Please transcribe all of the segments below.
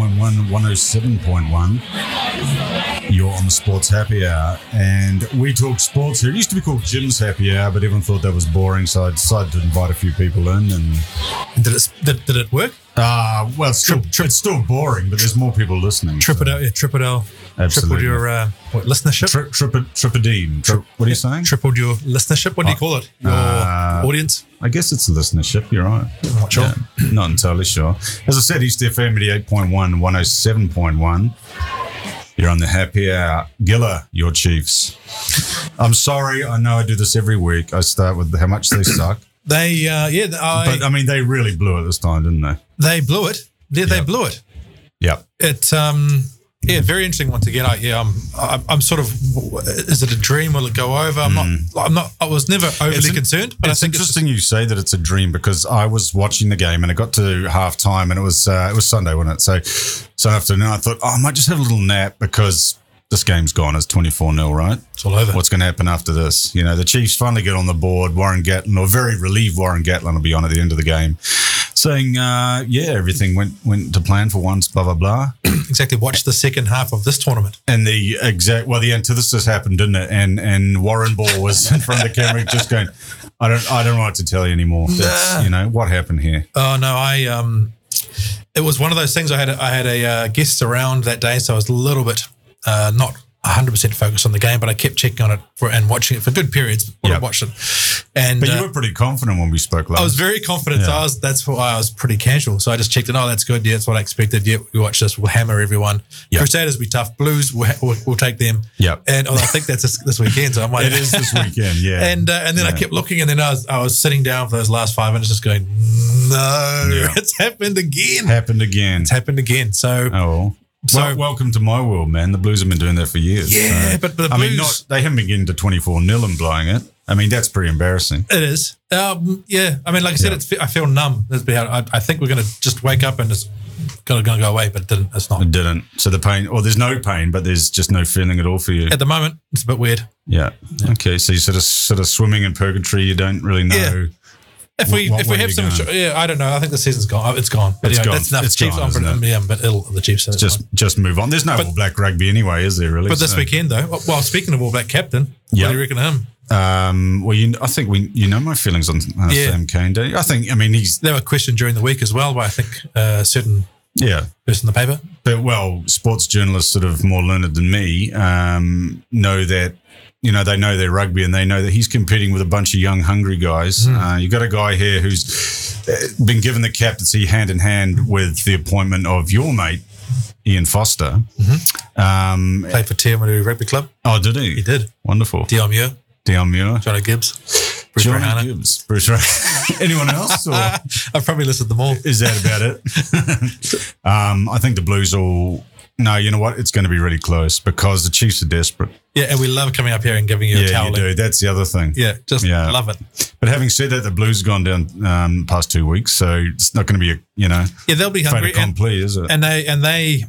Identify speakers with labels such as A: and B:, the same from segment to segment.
A: 107.1. You're on the Sports Happy Hour, and we talk sports here. It used to be called Jim's Happy Hour, but everyone thought that was boring, so I decided to invite a few people in. And
B: Did it, did, did it work?
A: uh, well, it's still, it's still boring, but there's more people listening.
B: Triple
A: so.
B: yeah, triple L, tripled
A: Absolutely.
B: your uh, what, listenership.
A: Tri- tripa- tripadine. Tri- what are you saying?
B: tripled your listenership. What do you call it? Your
A: Uh,
B: audience.
A: I guess it's listenership. You're right.
B: not sure.
A: Yeah, not entirely sure. As I said, East FM 88.1, 107.1. You're on the happy hour. Giller, your Chiefs. I'm sorry. I know I do this every week. I start with how much they suck.
B: They uh, yeah, th- I,
A: But um, I mean, they really blew it this time, didn't they?
B: they blew it. Yeah, they
A: Yeah.
B: blew it.
A: Yep.
B: It um yeah, very interesting once again. I yeah, I'm I'm, I'm sort of is it a dream? Will it go over? I'm not. I'm not. I was never overly
A: Mm. It's in-
B: concerned, but I
A: it's
B: think it's
A: interesting you say that it's a dream because I was watching the game and it got to half time and it was uh, it was Sunday, wasn't it? So Sunday afternoon, I thought, oh, I might just have a little nap because this game's gone. It's 24 0, right?
B: it's all over.
A: What's going to happen after this? You know, the Chiefs finally get on the board. Warren Gatlin, or very relieved Warren Gatlin, will be on at the end of the game, saying, uh, "Yeah, everything went went to plan for once." Blah blah blah.
B: exactly. Watch the second half of this tournament.
A: And the exact well, the antithesis happened, didn't it? And and Warren Ball was in front of the camera, just going, "I don't, I don't know what to tell you anymore." That's you know what happened here.
B: Oh no, I um, it was one of those things. I had I had a uh, guest around that day, so I was a little bit uh, not 100 percent focused on the game, but I kept checking on it for and watching it for good periods. When I
A: Yep.
B: watched it, and
A: But
B: uh,
A: you were pretty confident when we spoke last.
B: I was very confident. So
A: Yeah.
B: I was that's why I was pretty casual. So I just checked it. Oh, that's good. Yeah, that's what I expected. Yeah, we watch this. We'll hammer everyone.
A: Yep.
B: Crusaders will be tough. Blues, we'll, ha- we'll, we'll take them.
A: Yep.
B: And oh, I think that's this, this weekend. So I might.
A: it is this weekend, yeah.
B: And uh, and then I
A: Yeah.
B: kept looking, and then I was I was sitting down for those last five minutes, just going, no,
A: Yeah.
B: it's happened again.
A: happened again.
B: It's happened again. So
A: Oh, well.
B: So-
A: well, welcome to my world, man. The Blues have been doing that for years.
B: yeah,
A: so-
B: but but the
A: I
B: Blues,
A: mean, not they haven't been getting to 24 nil and blowing it. I mean, that's pretty embarrassing.
B: it is. Um, yeah, I mean, like I said,
A: Yeah.
B: it's, I feel numb. That's been- I, I think we're gonna just wake up and it's gonna, gonna go away, but it didn't. It's not.
A: It didn't. So the pain, or there's no pain, but there's just no feeling at all for you.
B: At the moment, it's a bit weird.
A: Yeah. Okay. So you sort of sort of swimming in purgatory. You don't really know.
B: Yeah. If we
A: What- what
B: if we
A: way
B: have
A: you
B: some,
A: going?
B: yeah, I don't know. I think the season's gone. Oh, It's gone. But
A: It's
B: anyway,
A: gone.
B: That's enough.
A: It's
B: Chiefs
A: gone,
B: on for
A: isn't
B: yeah, but it'll the Chiefs. so it's
A: Just
B: fine.
A: just move on. There's no
B: But-
A: All Black rugby anyway, is there really?
B: But this
A: So,
B: weekend though, well, speaking of all black captain,
A: Yeah.
B: what do you reckon of him?
A: um, well, you, I think we, you know my feelings on uh,
B: Yeah.
A: Sam Kane. Don't you? I think, I mean, he's
B: They were questioned during the week as well by I think uh, a certain
A: yeah,
B: person in the paper.
A: but well, sports journalists, sort of more learned than me, um, know that you know they know their rugby and they know that he's competing with a bunch of young, hungry guys. Uh, you got a guy here who's uh, been given the captaincy hand in hand with the appointment of your mate. Ian Foster. Um,
B: Played for Tiamatau Rugby Club.
A: oh, did he?
B: He did.
A: Wonderful.
B: Dion Muir,
A: Dion Muir.
B: Johnny Gibbs, Bruce
A: Johnny
B: Johnny
A: Gibbs. Bruce Ray- Anyone else? Or
B: I've probably listed them all.
A: is that about it? um, I think the Blues will. No, you know what? It's going to be really close because the Chiefs are desperate.
B: Yeah, and we love coming up here and giving you a
A: Yeah, you
B: towel.
A: do. That's the other thing.
B: Yeah, just
A: Yeah.
B: love it.
A: But having said that, the Blues have gone down um, past two weeks, so it's not going to be a you know
B: Yeah, they'll be
A: fait
B: hungry. and-
A: accompli, is it?
B: and they and they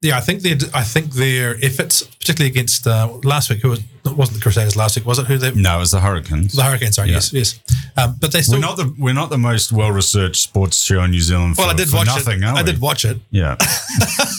B: yeah i think their i think their efforts particularly against uh, last week who was it wasn't the crusaders last week was it who they
A: no, it's the Hurricanes.
B: the hurricanes sorry yes yes um, but they
A: we're
B: still
A: not the we're not the most well researched sports show in New Zealand. For,
B: well i did
A: for
B: watch
A: nothing,
B: it
A: are
B: i
A: we?
B: did watch it
A: Yeah,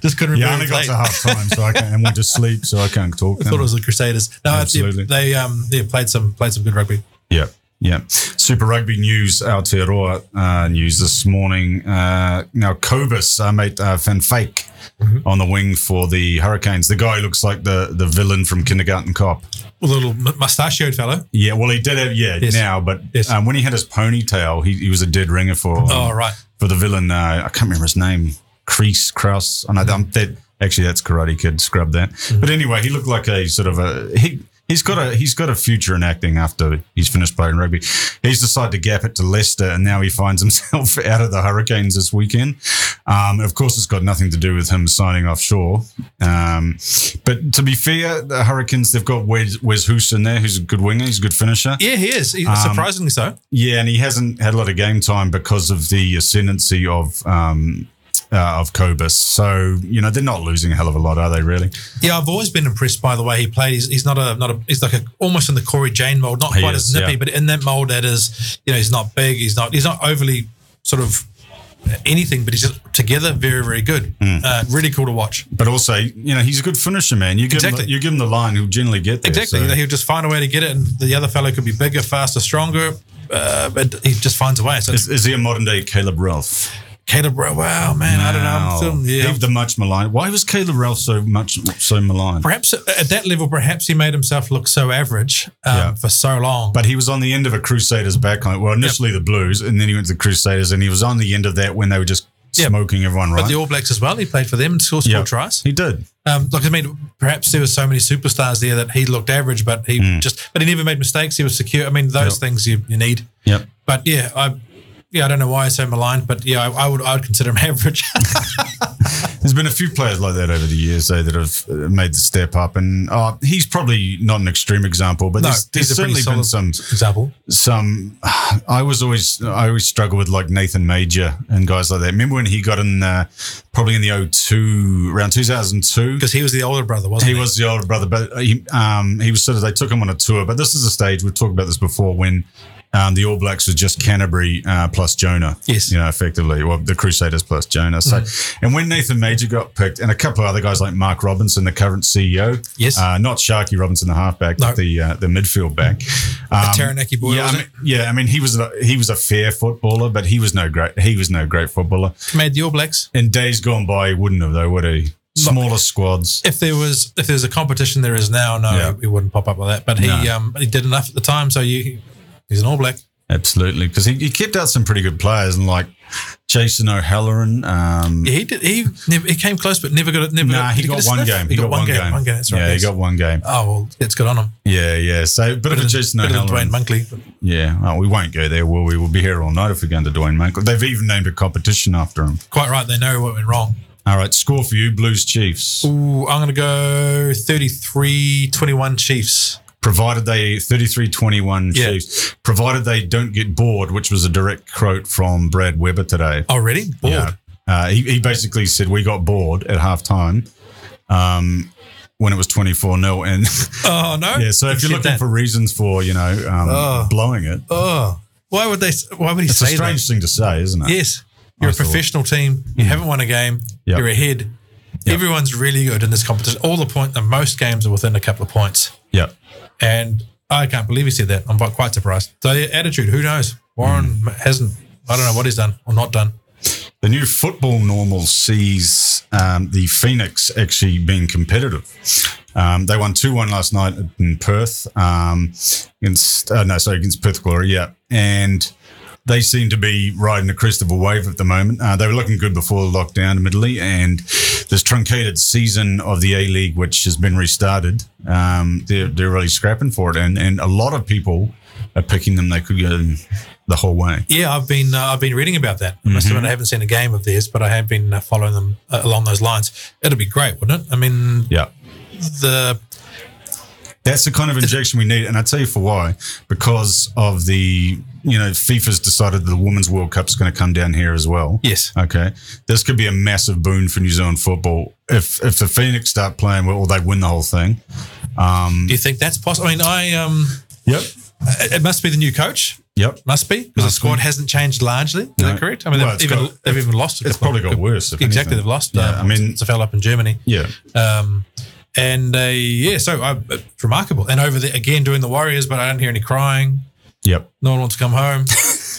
B: just couldn't
A: yeah. I
B: remember
A: only
B: who
A: got
B: played.
A: to half time, so I can't, and we just sleep, so I can't talk.
B: I
A: now.
B: thought it was the crusaders no I-
A: Absolutely.
B: they, they um they played some played some good rugby
A: Yeah. Yeah. Super Rugby news, Aotearoa uh, news this morning. Uh, now, Cobus, our mate uh, Fanfake,
B: Mm-hmm.
A: on the wing for the Hurricanes. The guy looks like the, the villain from Kindergarten Cop.
B: a little m- mustachioed fellow
A: Yeah, well, he did have, yeah,
B: Yes.
A: now, but
B: Yes.
A: um, when he had his ponytail, he, he was a dead ringer for
B: oh right
A: for the villain. Uh, I can't remember his name. Crease, Kraus. I know that- that. Actually, that's Karate Kid. Scrub that. But anyway, he looked like a sort of a he. He's got a he's got a future in acting after he's finished playing rugby. He's decided to gap it to Leicester, and now he finds himself out of the Hurricanes this weekend. Um, of course, it's got nothing to do with him signing offshore. Um, but to be fair, the Hurricanes they've got Wes, Wes Hoos in there, who's a good winger, he's a good finisher.
B: yeah he is
A: Um,
B: He- surprisingly so
A: Yeah, and he hasn't had a lot of game time because of the ascendancy of um, uh, of Cobus. So you know they're not losing a hell of a lot, are they? Really?
B: yeah i've always been impressed by the way he played he's, he's not a not a he's like a almost in the corey jane mold not
A: He
B: quite
A: is,
B: as nippy
A: yeah.
B: but in that mold that is you know he's not big he's not he's not overly sort of anything, but he's just together very, very good.
A: Hmm.
B: Uh, really cool to watch.
A: But also, you know, he's a good finisher, man. You give him
B: Exactly.
A: the, you give him the line, he'll generally get there.
B: Exactly.
A: so-
B: You know, he'll just find a way to get it, and the other fellow could be bigger, faster, stronger, uh, but he just finds a way. So it's
A: Is, is he a modern day Caleb Ralph?
B: Caleb, Rowe, wow, man, I don't know. I'm still- yeah.
A: He- the much maligned. Why was Caleb Ralph so much so maligned?
B: perhaps at that level, perhaps he made himself look so average um,
A: Yeah.
B: for so long.
A: But he was on the end of a Crusaders backline. Well, initially the Blues, and then he went to the Crusaders, and he was on the end of that when they were just
B: Yeah.
A: smoking everyone
B: But
A: right.
B: the All Blacks as well, he played for them and still scored
A: Yeah.
B: tries.
A: he did.
B: Um, like I mean, perhaps there were so many superstars there that he looked average, but he
A: Hmm.
B: just, but he never made mistakes. He was secure. I mean, those
A: Yep.
B: things you, you need.
A: Yep.
B: But yeah, I, yeah, I don't know why he's so maligned, but yeah, I, I would, I would consider him average.
A: There's been a few players like that over the years, though, that have uh, made the step up. And uh, he's probably not an extreme example, but
B: No,
A: there's, there's
B: he's a pretty
A: certainly been some.
B: solid- example.
A: some I was always I always struggle with like Nathan Major and guys like that. Remember when he got in uh, probably in the 02 around 2002
B: Because he was the older brother, wasn't
A: he
B: he?
A: was the older brother, but he um, he was sort of they took him on a tour. But this is a stage we've talked about this before when um, the All Blacks was just Canterbury uh, plus Jonah.
B: Yes. Mm-hmm.
A: you know, effectively, well, the Crusaders plus Jonah. So, and when Nathan Major got picked, and a couple of other guys like Mark Robinson, the current CEO,
B: Yes.
A: uh, not Sharky Robinson, the halfback,
B: No.
A: but the uh, the midfield back, um,
B: Taranaki boy,
A: Yeah, I
B: wasn't
A: mean, yeah, I mean he was a, he was a fair footballer, but he was no great he was no great footballer.
B: Made the All Blacks.
A: In days gone by, he wouldn't have though, would he? Smaller squads.
B: If there was, if there's a competition there is now, no,
A: Yeah.
B: he wouldn't pop up like that. But he,
A: No.
B: um, he did enough at the time, so you, he's an All Black.
A: Absolutely, because he, he kept out some pretty good players, and like Jason O'Halloran. Um,
B: Yeah, he did. He never, he came close, but never got it. Never.
A: Nah, he
B: did
A: got
B: get a
A: one
B: sniff?
A: game. He got one game.
B: One game. That's right.
A: Yeah, he
B: yes.
A: got one game.
B: Oh well, it's good on him.
A: Yeah, yeah. So a bit of a
B: Bit of-
A: Jason
B: bit of
A: O'Halloran.
B: Dwayne Monkley.
A: Yeah, well, we won't go there, will we? We'll be here all night if we go into Dwayne Monk. They've even named a competition after him.
B: Quite right. They know what went wrong.
A: All right, score for you, Blues Chiefs.
B: Ooh, I'm going to go 33-21 Chiefs.
A: Provided they 33-21
B: Yeah.
A: Chiefs. Provided they don't get bored, which was a direct quote from Brad Weber today.
B: Already Oh, bored.
A: Yeah. Uh, he, he basically said we got bored at halftime um, when it was 24 0. And
B: Oh no.
A: yeah, so if you're
B: Shit,
A: looking
B: that-
A: for reasons for, you know, um,
B: Oh.
A: blowing it,
B: oh, why would they? s- Why would he
A: it's a
B: say
A: strange thing to say, isn't it?
B: that? Yes, you're a
A: thought. Hmm.
B: professional team. You haven't won a game.
A: Yep.
B: You're ahead. Everyone's really good in this competition. All the point, the most games are within a couple of points.
A: Yeah.
B: And I can't believe he said that. I'm quite surprised. So yeah, attitude, who knows? Warren
A: Hmm.
B: hasn't. I don't know what he's done or not done.
A: The new football normal sees um, the Phoenix actually being competitive. Um, they won 2 1 last night in Perth. Um, against, uh, no, sorry, against Perth Glory, yeah. And they seem to be riding the crest of a wave at the moment. Uh, they were looking good before the lockdown, admittedly. And this truncated season of the A League, which has been restarted, um, they're, they're really scrapping for it. And, and a lot of people are picking them. They could go the whole way.
B: Yeah, I've been uh, I've been reading about that. I must
A: Mm-hmm.
B: admit, I haven't seen a game of theirs, but I have been uh, following them uh, along those lines. It'll be great, wouldn't it? I mean,
A: Yeah.
B: the
A: That's the kind of injection we need, and I tell you for why. Because of the, you know, FIFA's decided the Women's World Cup's going to come down here as well.
B: Yes.
A: Okay. This could be a massive boon for New Zealand football if if the Phoenix start playing well, or they win the whole thing. Um,
B: do you think that's possible? I mean, I um,
A: Yep.
B: it it must be the new coach.
A: Yep.
B: Must be because the
A: Must be.
B: squad hasn't changed largely. Is
A: No.
B: that correct? I mean,
A: Well,
B: they've,
A: it's
B: even,
A: got-
B: they've even lost. A
A: It's
B: couple
A: probably
B: of-
A: got worse. If
B: Exactly,
A: anything.
B: they've lost.
A: Yeah.
B: um,
A: I mean,
B: it's a fellow up in Germany.
A: yeah.
B: Um, and uh, yeah, so I, it's remarkable. And over there again, doing the Warriors, but I don't hear any crying.
A: Yep.
B: No one wants to come home.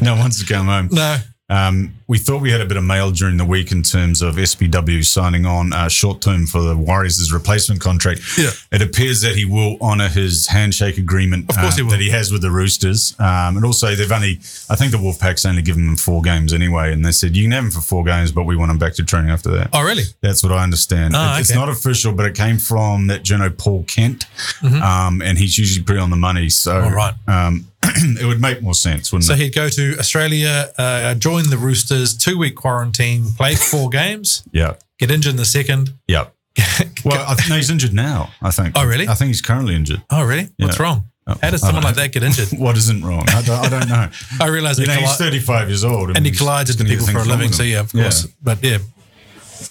A: No one's come home.
B: no.
A: Um, we thought we had a bit of mail during the week in terms of SBW signing on uh, short term for the Warriors' replacement contract.
B: Yeah.
A: It appears that he will honour his handshake agreement
B: Of course
A: uh,
B: he will.
A: that he has with the Roosters. Um, and also, they've only, I think the Wolfpack's only given him four games anyway. And they said, you can have him for four games, but we want him back to training after that.
B: Oh, really?
A: That's what I understand.
B: Ah,
A: It- It's
B: okay.
A: not official, but it came from that Jono Paul Kent, um, and he's usually pretty on the money. So
B: Mm-hmm. All right.
A: um, it would make more sense, wouldn't
B: So
A: it?
B: he'd go to Australia, uh, join the Roosters, two week quarantine, play four games,
A: Yeah,
B: get injured in the second.
A: yeah. Well, I think no, he's injured now. I think.
B: Oh, really?
A: I think he's currently injured.
B: Oh, really? What's
A: Yeah.
B: wrong?
A: Oh,
B: How does
A: I
B: someone
A: don't
B: like that get injured?
A: What isn't wrong? I don't, I don't know.
B: I realize
A: You
B: that
A: know, he's
B: colli-
A: thirty-five years old,
B: and he
A: he's
B: collides into
A: gonna get
B: people for a
A: things wrong
B: living.
A: with
B: So
A: him.
B: yeah, of course. But yeah,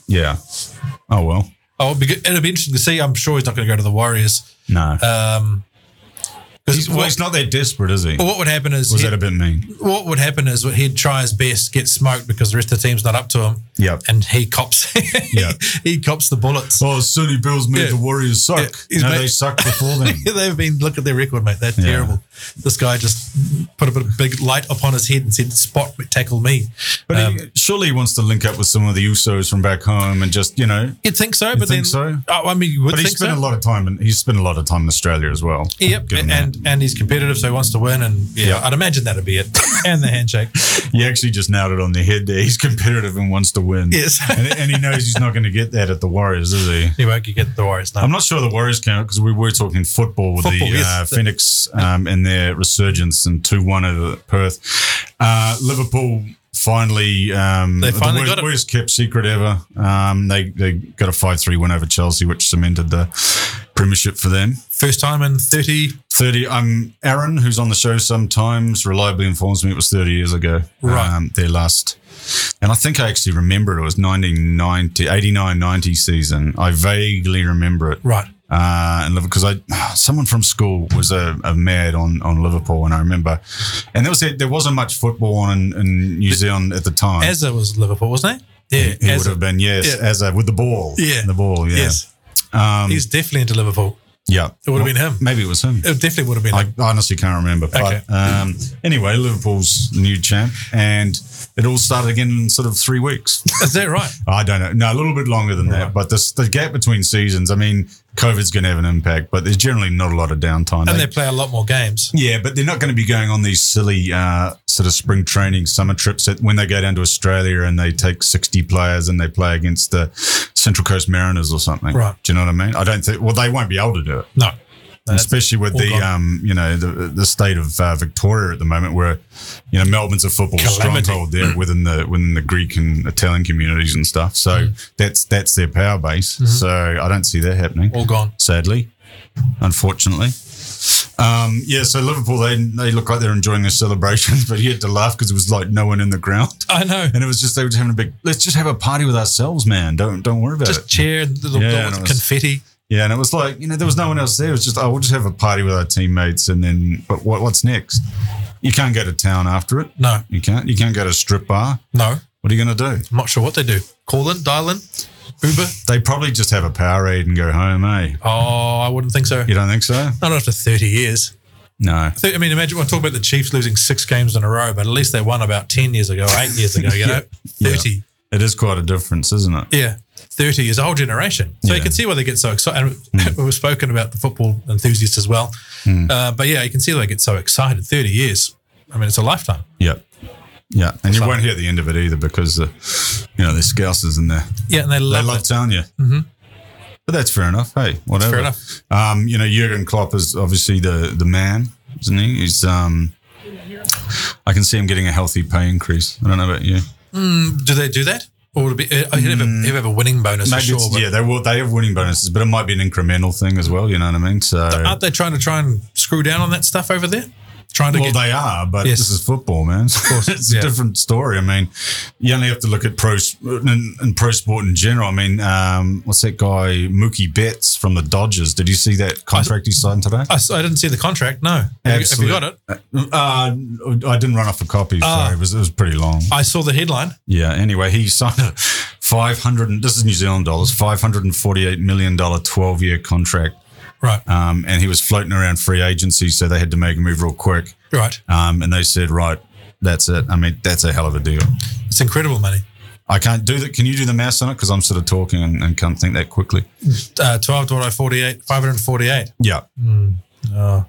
A: Yeah. Oh well.
B: oh, it'll be, good- it'll be interesting to see. I'm sure he's not going to go to the Warriors.
A: No.
B: Um,
A: He's,
B: Because
A: well,
B: Uh, what,
A: he's not that desperate, is he?
B: well, what would happen is
A: Was
B: he'd-
A: that a bit mean?
B: what would happen is he'd try his best, get smoked because the rest of the team's not up to him,
A: Yeah.
B: and he cops.
A: Yeah.
B: he cops the bullets.
A: Oh, Sunny Bills made
B: Yeah.
A: the Warriors suck.
B: Yeah, he's
A: no,
B: made-
A: they sucked before then.
B: They've been look at their record, mate. They're
A: Yeah.
B: terrible. This guy just put a bit of big light upon his head and said, "Spot tackle me." Um,
A: But he, surely he wants to link up with some of the Usos from back home and just, you know.
B: You'd think so, but then
A: think so?
B: Oh, I mean, you would
A: But he
B: think
A: spent
B: so.
A: a lot of time, and he's spent a lot of time in Australia as well.
B: Yep,
A: Good on
B: and,
A: that.
B: and he's competitive, so he wants to win, and yeah,
A: Yeah.
B: I'd imagine that'd be it. and the handshake,
A: He actually just nailed it on the head there. He's competitive and wants to win.
B: Yes.
A: and, and he knows he's not going to get that at the Warriors, is he?
B: he won't get the Warriors. No,
A: I'm not sure the Warriors count because we were talking football with
B: Football,
A: the
B: yes.
A: uh, Phoenix um, and their resurgence and 2 1 over Perth. Uh, Liverpool finally, um,
B: They finally
A: the worst,
B: got it.
A: worst kept secret ever. Um, they, they got a 5 3 win over Chelsea, which cemented the premiership for them.
B: first time in thirty.
A: 30. Um, Aaron, who's on the show sometimes, reliably informs me it was 30 years ago.
B: Right.
A: Um, their last. And I think I actually remember it. It was 1990, 89 90 season. I vaguely remember it.
B: Right,
A: Uh, and because I, someone from school was a, a mad on, on Liverpool, and I remember, and there was there wasn't much football on in, in New Zealand at the time.
B: Azza was Liverpool, wasn't he? Yeah,
A: he would
B: Azza.
A: have been yes,
B: Yeah.
A: as a with the ball,
B: Yeah.
A: the ball, yeah,
B: Yes,
A: um,
B: he's definitely into Liverpool.
A: yeah.
B: It would have been him.
A: Maybe it was him.
B: It definitely would have been.
A: I
B: him.
A: honestly can't remember. But
B: Okay.
A: um, anyway, Liverpool's new champ, and it all started again in sort of three weeks.
B: Is that right?
A: I don't know. No, a little bit longer than that. But this, the gap between seasons, I mean, COVID's going to have an impact, but there's generally not a lot of downtime.
B: And
A: They-
B: they play a lot more games.
A: yeah, but they're not going to be going on these silly uh, sort of spring training summer trips that when they go down to Australia and they take 60 players and they play against the Central Coast Mariners or something.
B: Right.
A: Do you know what I mean? I don't think, well, they won't be able to do it,
B: No. That's-
A: especially with
B: all
A: the,
B: gone.
A: um, you know, the, the state of uh, Victoria at the moment where, you know, Melbourne's a football
B: Calamity. Mm.
A: stronghold there within the, within the Greek and Italian communities and stuff. So
B: Mm.
A: that's, that's their power base.
B: Mm-hmm.
A: So I don't see that happening
B: all gone.
A: sadly, unfortunately. Um, yeah, so Liverpool, they, they look like they're enjoying their celebrations, but he had to laugh because it was like no one in the ground.
B: I know.
A: And it was just, they were just having a big, let's just have a party with ourselves, man. Don't don't worry about
B: Just
A: it.
B: cheer, the, the,
A: Yeah,
B: the
A: and it was-
B: confetti.
A: Yeah, and it was like, you know, there was no one else there. It was just, oh, we'll just have a party with our teammates and then, but what, what's next? You can't go to town after it.
B: No,
A: You can't. You can't go to a strip bar.
B: no.
A: What are you going to do?
B: I'm not sure what they do. Call in, dial in, Uber.
A: They probably just have a Powerade and go home, eh?
B: Oh, I wouldn't think so.
A: You don't think so?
B: Not after 30 years.
A: No.
B: Thir- I mean, imagine when I talk about the Chiefs losing six games in a row, but at least they won about 10 years ago or eight years ago, you know? 30.
A: It is quite a difference, isn't it?
B: Yeah. 30 is a whole generation. So
A: Yeah. Hmm.
B: you can see why they get so excited. And We've spoken about the football enthusiasts as well. Uh, but yeah, you can see why they get so excited. 30 years. I mean, it's a lifetime.
A: Yeah. Yeah. And you
B: Fun.
A: won't hear the end of it either because, uh, you know, there's scousers in there.
B: Yeah, and they
A: They
B: love,
A: love
B: it.
A: telling you. Mm-hmm. But that's fair enough. Hey, whatever.
B: fair enough.
A: Um, you know, Jurgen Klopp is obviously the, the man, isn't he? He's, um, I can see him getting a healthy pay increase. I don't know about you.
B: Do they do that? Or would it be, uh, he'd, have a, he'd have a winning bonus
A: Hmm. Maybe
B: for sure.
A: it's,
B: but
A: yeah, they will. They have winning bonuses, but it might be an incremental thing as well. You know what I mean? So,
B: Aren't they trying to try and screw down on that stuff over there? Trying to
A: Well,
B: get.
A: they are, but
B: Yes.
A: this is football, man. it's
B: yeah.
A: a different story. I mean, you only have to look at pro s- and, and pro sport in general. I mean, um, what's that guy Mookie Betts from the Dodgers? Did you see that contract he signed today?
B: I, s- I didn't see the contract. No. Have you, have you
A: Absolute-
B: got it?
A: Uh, I didn't run off a copy.
B: Ah.
A: Sorry, it was, it was pretty long.
B: I saw the headline.
A: Yeah. Anyway, he signed a five hundred. This is New Zealand dollars. Five hundred and forty-eight million dollar twelve-year contract.
B: Right.
A: Um, and he was floating around free agency, so they had to make a move real quick.
B: Right.
A: Um, and they said, right, that's it. I mean, that's a hell of a deal.
B: It's incredible money.
A: I can't do that. Can you do the maths on it? Because I'm sort of talking and, and can't think that quickly.
B: Uh, 12 divided by 48, 548.
A: Yeah.
B: Uh,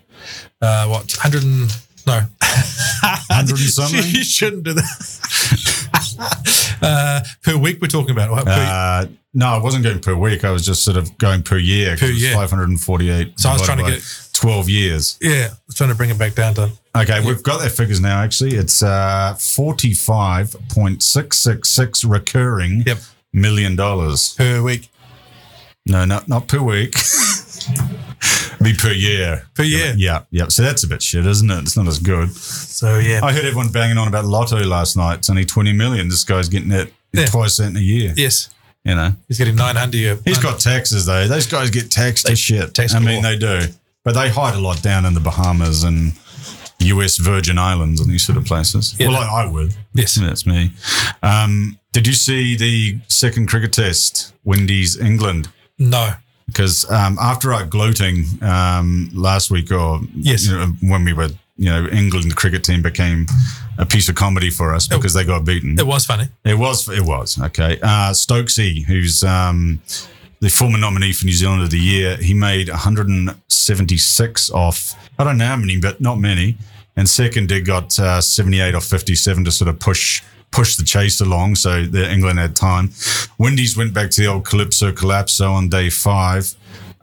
B: what? 100 and. No.
A: 100 and something?
B: you shouldn't do that. uh, per week, we're talking about. or per-
A: Uh, no, I wasn't going per week. I was just sort of going per year. 'cause
B: Per
A: it was
B: year.
A: 548.
B: So I was trying to
A: divided
B: get
A: by 12 years.
B: yeah. I was trying to bring it back down to.
A: Okay, we've got their figures now, actually. It's uh, 45.666 recurring
B: Yep.
A: million dollars.
B: Per week.
A: No, not, not per week. Be per year.
B: Per year.
A: Yeah, yeah. So that's a bit shit, isn't it? It's not as good.
B: So, yeah.
A: I heard everyone banging on about Lotto last night. It's only 20 million. This guy's getting it
B: Yeah.
A: twice that in a year.
B: yes.
A: You know,
B: He's getting 900 a year.
A: he's got taxes though. Those guys get taxed to shit.
B: taxed
A: I
B: to
A: mean,
B: law.
A: they do. But they hide a lot down in the Bahamas and US Virgin Islands and these sort of places.
B: Yeah.
A: Well, I, I would.
B: Yes.
A: That's me. Um, did you see the second cricket test, Windies England?
B: No.
A: because um, after our gloating um, last week, or
B: Yes.
A: you know, when we were, you know, England cricket team became a piece of comedy for us because they got beaten.
B: It was funny.
A: It was, it was okay. Uh, Stokesy, who's um, the former nominee for New Zealand of the Year, he made 176 off. I don't know how many, but not many. And second did got uh, 78 off 57 to sort of push push the chase along. So the England had time. Windies went back to the old Calypso Collapso on day five.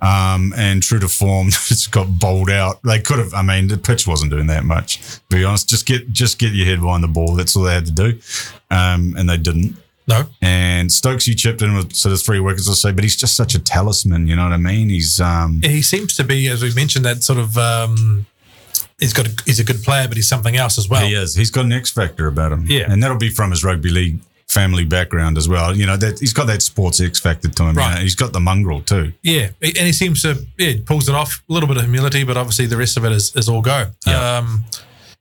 A: Um, and true to form, just got bowled out. They could have. I mean, the pitch wasn't doing that much. To be honest, just get just get your head behind the ball. That's all they had to do, um, and they didn't.
B: No.
A: And Stokes, you chipped in with sort of three wickets or so, but he's just such a talisman. You know what I mean? He's um,
B: He seems to be, as we mentioned, that sort of. Um, he's got. A, he's a good player, but he's something else as well.
A: he is. He's got an X factor about him.
B: Yeah.
A: and that'll be from his rugby league family background as well. You know that he's got that sports X factor to him. you
B: Right.
A: know. He's got the mongrel too.
B: Yeah, and he seems to yeah he pulls it off. A little bit of humility, but obviously the rest of it is, is all go.
A: Yeah.
B: Um,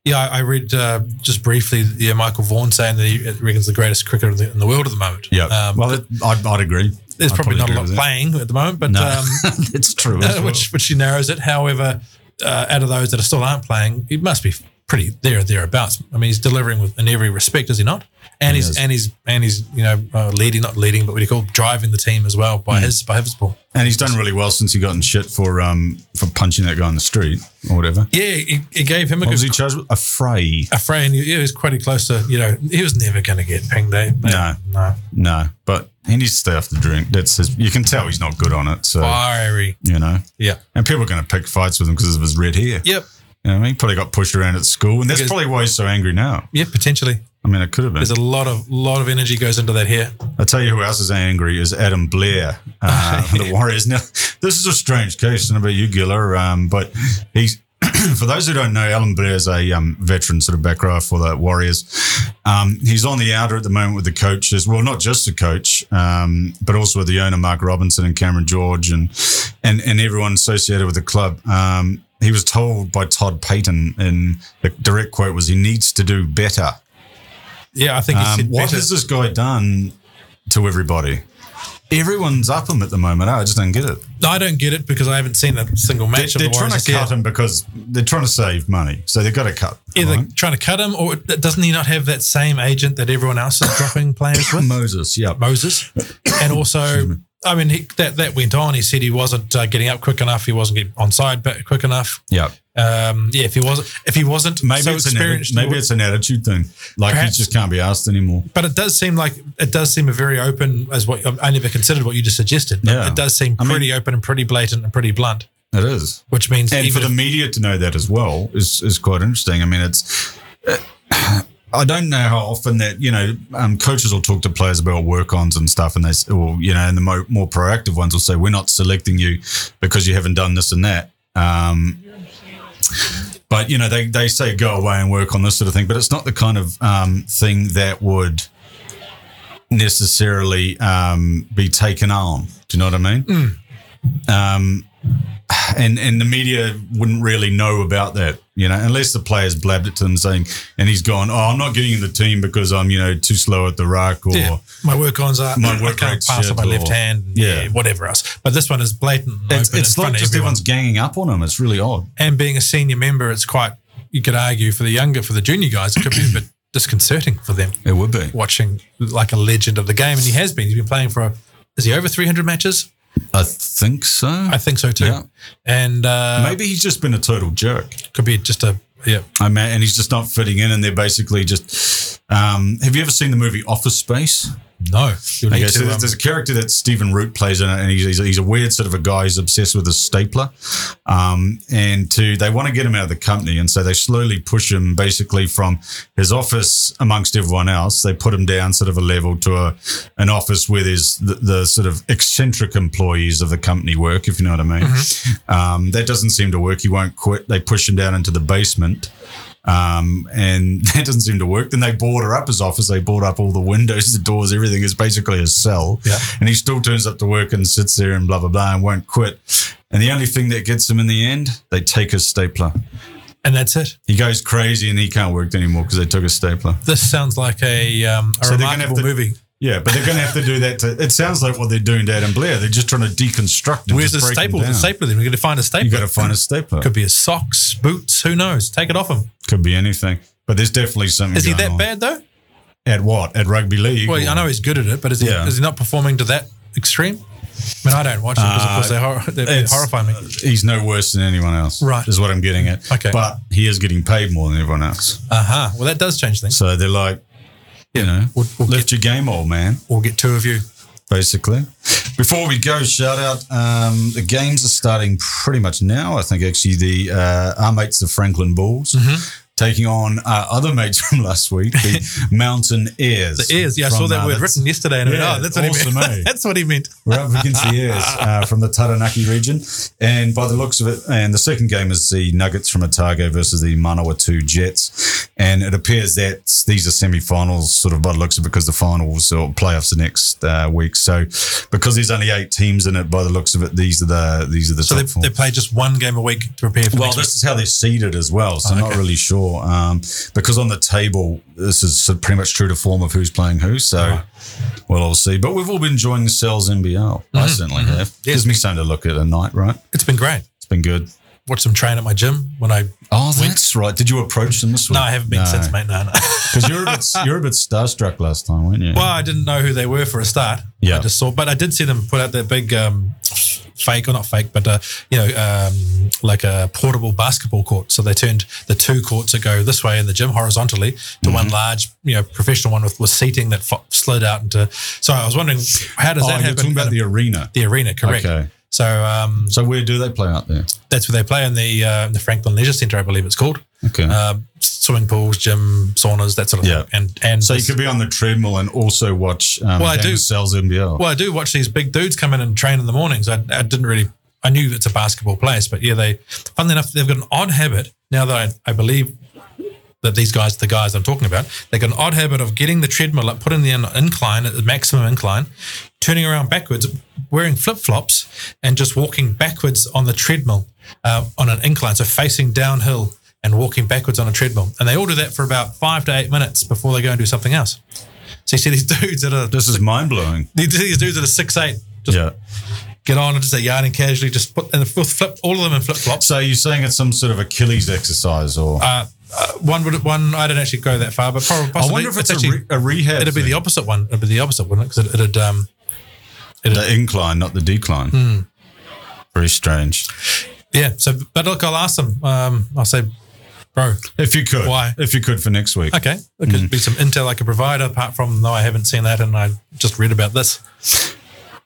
B: yeah, I, I read uh, just briefly. Yeah, Michael Vaughan saying that he reckons the greatest cricketer in the, in the world at the moment. Um,
A: well, it, I'd, I'd agree.
B: there's
A: I'd
B: probably,
A: agree
B: not a
A: with
B: lot
A: that.
B: playing at the moment, but
A: No,
B: um,
A: it's true. as
B: uh,
A: well.
B: which which she narrows it. However, uh, out of those that are still aren't playing, he must be pretty there or thereabouts. I mean, he's delivering with, in every respect, is he not? And he's
A: is.
B: and he's and he's you know uh, leading, not leading, but what do you call it? driving the team as well
A: Hmm.
B: by his by his ball.
A: And he's done really well since he got in shit for um for punching that guy on the street or whatever.
B: Yeah, it, it gave him
A: What
B: a good
A: was he charged with? A fray.
B: afraid he, he was pretty close to you know he was never going to get pinged. They, they-
A: No.
B: no
A: No, but he needs to stay off the drink. That's his, you can tell he's not good on it. So
B: fiery.
A: you know,
B: Yeah.
A: and people are going to pick fights with him because of his red hair.
B: Yep.
A: You know what I mean, he probably got pushed around at school, and that's
B: Because-
A: probably why he's so angry now.
B: Yeah. Potentially,
A: I mean, it could have been.
B: there's a lot of lot of energy goes into that here.
A: I tell you who else is angry is Adam Blair, uh, for the Warriors. Now, this is a strange case. I don't know about you, Giller, um, but he's for those who don't know, Alan Blair is a um, veteran sort of back rower for the Warriors. Um, he's on the outer at the moment with the coaches. Well, not just the coach, um, but also with the owner Mark Robinson and Cameron George and and and everyone associated with the club. Um, he was told by Todd Payton, and the direct quote was, "He needs to do better."
B: Yeah, I think he
A: Um,
B: said
A: what
B: better.
A: has this guy done to everybody? Everyone's up him at the moment. eh? I just don't get it.
B: No, I don't get it because I haven't seen a single
A: They,
B: match
A: they're
B: of the
A: trying
B: Warriors.
A: to
B: this year.
A: cut him because they're trying to save money, so they've got to cut.
B: Either
A: right?
B: trying to cut him, or doesn't he not have that same agent that everyone else is dropping players with?
A: Moses, yeah,
B: Moses, and also, I mean, he, that that went on. He said he wasn't uh, getting up quick enough. He wasn't getting on side but quick enough.
A: yeah.
B: Um, yeah, if he wasn't, if he wasn't
A: Maybe
B: so
A: it's an atti-
B: experienced,
A: maybe it's an attitude thing. Like
B: Perhaps.
A: he just can't be asked anymore.
B: But it does seem like it does seem a very open as what I never considered what you just suggested. But
A: Yeah.
B: it does seem
A: I mean-
B: pretty open and pretty blatant and pretty blunt,
A: It is,
B: which means
A: and for
B: even
A: the
B: if-
A: media to know that as well is is quite interesting. I mean, it's. uh, I don't know how often that you know um, coaches will talk to players about work-ons and stuff, and they s- or you know, and the mo- more proactive ones will say, "We're not selecting you because you haven't done this and that." Um, but you know, they they say go away and work on this sort of thing, but it's not the kind of um, thing that would necessarily um, be taken on. Do you know what I mean? Um, and and the media wouldn't really know about that, you know, unless the players blabbed it to them saying, and he's gone, oh, I'm not getting in the team because I'm you know too slow at the ruck or
B: yeah, my work ons are
A: My work
B: my work I can't
A: rate's
B: pass
A: shit
B: with my left
A: or-
B: hand,
A: Yeah.
B: yeah. whatever else. But this one is blatant, and
A: it's,
B: open
A: it's
B: in front
A: like
B: of
A: just
B: everyone.
A: everyone's ganging up on him. It's really odd.
B: And being a senior member, it's quite you could argue for the younger, for the junior guys, it could be a bit disconcerting for them
A: It would be.
B: watching like a legend of the game, and he has been. He's been playing for is he over three hundred matches?
A: I think so.
B: I think so too.
A: Yeah.
B: And uh,
A: Maybe he's just been a total jerk.
B: could be just a yeah.
A: I mean, and he's just not fitting in, and they're basically just. Um, have you ever seen the movie Office Space?
B: No, you'll need
A: Okay, so
B: to,
A: there's,
B: um,
A: there's a character that Stephen Root plays in it, and he's, he's, a, he's a weird sort of a guy. He's obsessed with a stapler, um, and to they want to get him out of the company, and so they slowly push him basically from his office amongst everyone else. They put him down sort of a level to a an office where there's the, the sort of eccentric employees of the company work, if you know what I mean. Um, that doesn't seem to work. He won't quit. They push him down into the basement. Um, and that doesn't seem to work. Then they board her up his office. They board up all the windows, the doors, everything. It's basically a cell.
B: Yeah.
A: And he still turns up to work and sits there and blah, blah, blah, and won't quit. And the only thing that gets him in the end, they take his stapler.
B: and that's it.
A: He goes crazy and he can't work anymore because they took his stapler.
B: This sounds like a, um, a
A: So they're gonna have
B: remarkable
A: to-
B: movie.
A: Yeah, but they're going to have to do that. To, it sounds like what they're doing to Adam Blair. They're just trying to deconstruct it.
B: Where's the
A: just break him
B: staple? The
A: down.
B: stapler. Then we're going to find a stapler.
A: you got to find a stapler.
B: Could be his socks, boots. Who knows? Take it off him.
A: Could be anything. But there's definitely something.
B: Is he
A: going
B: that
A: on.
B: bad though?
A: At what? At rugby league?
B: Well,
A: or-
B: I know he's good at it, but is he
A: Yeah.
B: is he not performing to that extreme? I mean, I don't watch it because of
A: Uh,
B: course they, hor- they, they
A: it's-
B: horrify me.
A: he's no worse than anyone else.
B: Right.
A: Is what I'm getting at.
B: Okay.
A: But he is getting paid more than everyone else.
B: Uh huh. Well, that does change things.
A: So they're like, you know,
B: We'll, we'll get,
A: lift your game, old man,
B: we'll get two of you.
A: basically. Before we go, shout out. Um, the games are starting pretty much now. I think actually the uh, our mates, the Franklin Bulls.
B: Mm-hmm.
A: Taking on our other mates from last week, the Mountain Airs.
B: The ears. Yeah, I
A: from,
B: saw that
A: uh,
B: word
A: that's-
B: written yesterday, and I went,
A: Yeah,
B: oh, that's what
A: awesome,
B: he meant.
A: eh?
B: that's what he meant.
A: We're up against the Airs uh, from the Taranaki region. And by the looks of it, and the second game is the Nuggets from Otago versus the Manawa 2 Jets. And it appears that these are semi finals, sort of by the looks of it, because the finals or playoffs are next uh, week. So because there's only eight teams in it, by the looks of it, these are the these are the
B: So
A: top
B: they,
A: four.
B: they play just one game a week to prepare for.
A: Well,
B: next
A: this is how they're seeded as well, so
B: Oh,
A: I'm not
B: okay.
A: really sure. Um, because on the table, this is so- pretty much true to form of who's playing who. So
B: Right.
A: we'll all see. But we've all been enjoying the Cells NBL.
B: Mm-hmm.
A: I certainly have. Gives me something to look at at night, right?
B: week. It's been great.
A: It's been good.
B: Watched them train at my gym when I.
A: Oh, that's right. Did you approach them this week?
B: No, I haven't been since, mate. No, no.
A: Because you're a bit you're a bit starstruck last time, weren't you?
B: Well, I didn't know who they were for a start.
A: Yeah.
B: I just saw, but I did see them put out their big um, fake, or not fake, but uh, you know, um, like a portable basketball court. So they turned the two courts that go this way in the gym horizontally to one
A: Mm-hmm.
B: large, you know, professional one with, with seating that fo- slid out into. So I was wondering, how does
A: oh,
B: that
A: you're
B: happen?
A: talking about
B: in
A: the arena.
B: the arena, correct?
A: Okay.
B: So um,
A: So where do they play out there?
B: that's where they play in the uh, in the Franklin Leisure Centre, I believe it's called.
A: Okay.
B: Um, swimming pools, gym, saunas, that sort of
A: Mm. Yeah.
B: thing. And and
A: so you
B: this-
A: could be on the treadmill and also watch um,
B: Well, I
A: Game
B: do-
A: of Cells NBL.
B: Well, I do watch these big dudes come in and train in the mornings. I, I didn't really, I knew it's a basketball place, but yeah, they, funnily enough, they've got an odd habit now that I, I believe that these guys, the guys I'm talking about, they've got an odd habit of getting the treadmill up, putting the in- incline at the maximum incline, turning around backwards, wearing flip flops, and just walking backwards on the treadmill uh, on an incline. So facing downhill and walking backwards on a treadmill. And they all do that for about five to eight minutes before they go and do something else. So you see these dudes that are
A: this is mind blowing.
B: these these dudes that are six eight just
A: Yeah.
B: get on and just start yarning casually, just put and flip, flip all of them in flip flops.
A: So you're saying it's some sort of Achilles exercise, or
B: Uh, uh, one would one I don't actually go that far, but probably
A: I
B: possibly,
A: wonder if it's, a,
B: actually
A: re- a rehab.
B: it'd be the opposite one. It'd be the opposite, wouldn't it? Because it, it'd um
A: thing. the incline, not the decline. Very strange.
B: yeah. So, but look, I'll ask them. Um, I'll say, bro,
A: If you could,
B: Why?
A: If you could for next week.
B: okay, there
A: Mm.
B: could be some intel I could provide. Apart from no, I haven't seen that, and I just read about this.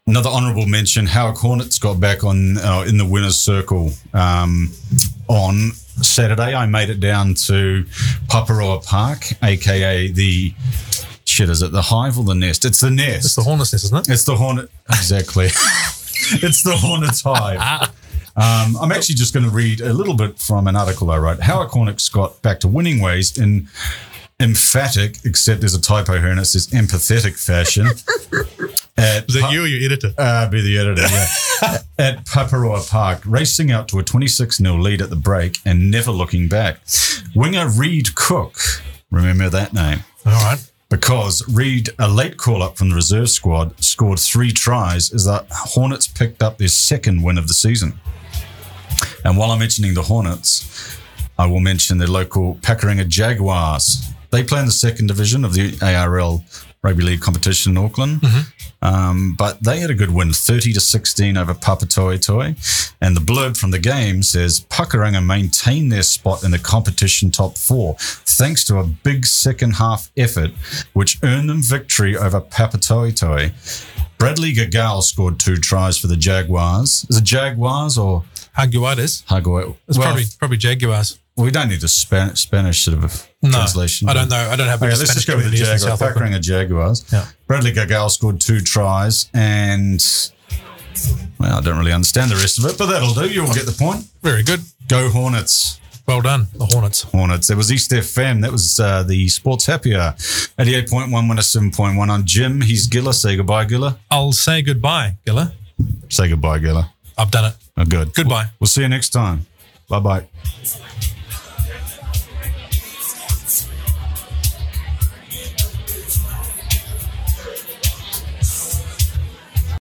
A: Another honourable mention: Howard Hornets got back on uh, in the winners' circle um, on Saturday. I made it down to Paparoa Park, aka the shit. Is it the hive or the nest? It's the nest.
B: It's the hornet's nest, isn't it?
A: It's the Hornet. Exactly. it's the Hornet's Hive. Um, I'm actually just going to read a little bit from an article I wrote. How Cornick's got back to winning ways in emphatic, except there's a typo here and it says empathetic fashion. At
B: Is it you or your editor?
A: uh, be the editor, yeah. at Paparoa Park, racing out to a 26 0 lead at the break and never looking back. Winger Reed Cook, remember that name?
B: All right.
A: because Reed, a late call up from the reserve squad, scored three tries as the Hornets picked up their second win of the season. And while I'm mentioning the Hornets, I will mention the local Packeringa Jaguars. They play in the second division of the ARL Rugby League competition in Auckland. Um, but they had a good win, 30 to 16 over Papatoetoe. And the blurb from the game says Pakuranga maintained their spot in the competition top four thanks to a big second half effort, which earned them victory over Papatoetoe. Bradley Gagal scored two tries for the Jaguars. Is it Jaguars or
B: Haguadas.
A: Hagoe?
B: It's probably probably jaguars.
A: we don't need the Span- Spanish sort of
B: No,
A: translation.
B: I don't know. I don't have.
A: Okay, let's just go with the Jaguars. Pakuranga Jaguars.
B: Yeah.
A: Bradley Gagal scored two tries, and well, I don't really understand the rest of it, but that'll do. You'll get the point.
B: Very good.
A: Go Hornets.
B: Well done, the Hornets.
A: Hornets. It was East FM. That was uh, the Sports Happier. 88.1, 107.1 on Jim. He's Gilla. Say goodbye, Gilla.
B: I'll say goodbye, Gilla.
A: Say goodbye, Gilla.
B: I've done it.
A: Oh, good.
B: Goodbye.
A: We'll see you next time. Bye bye.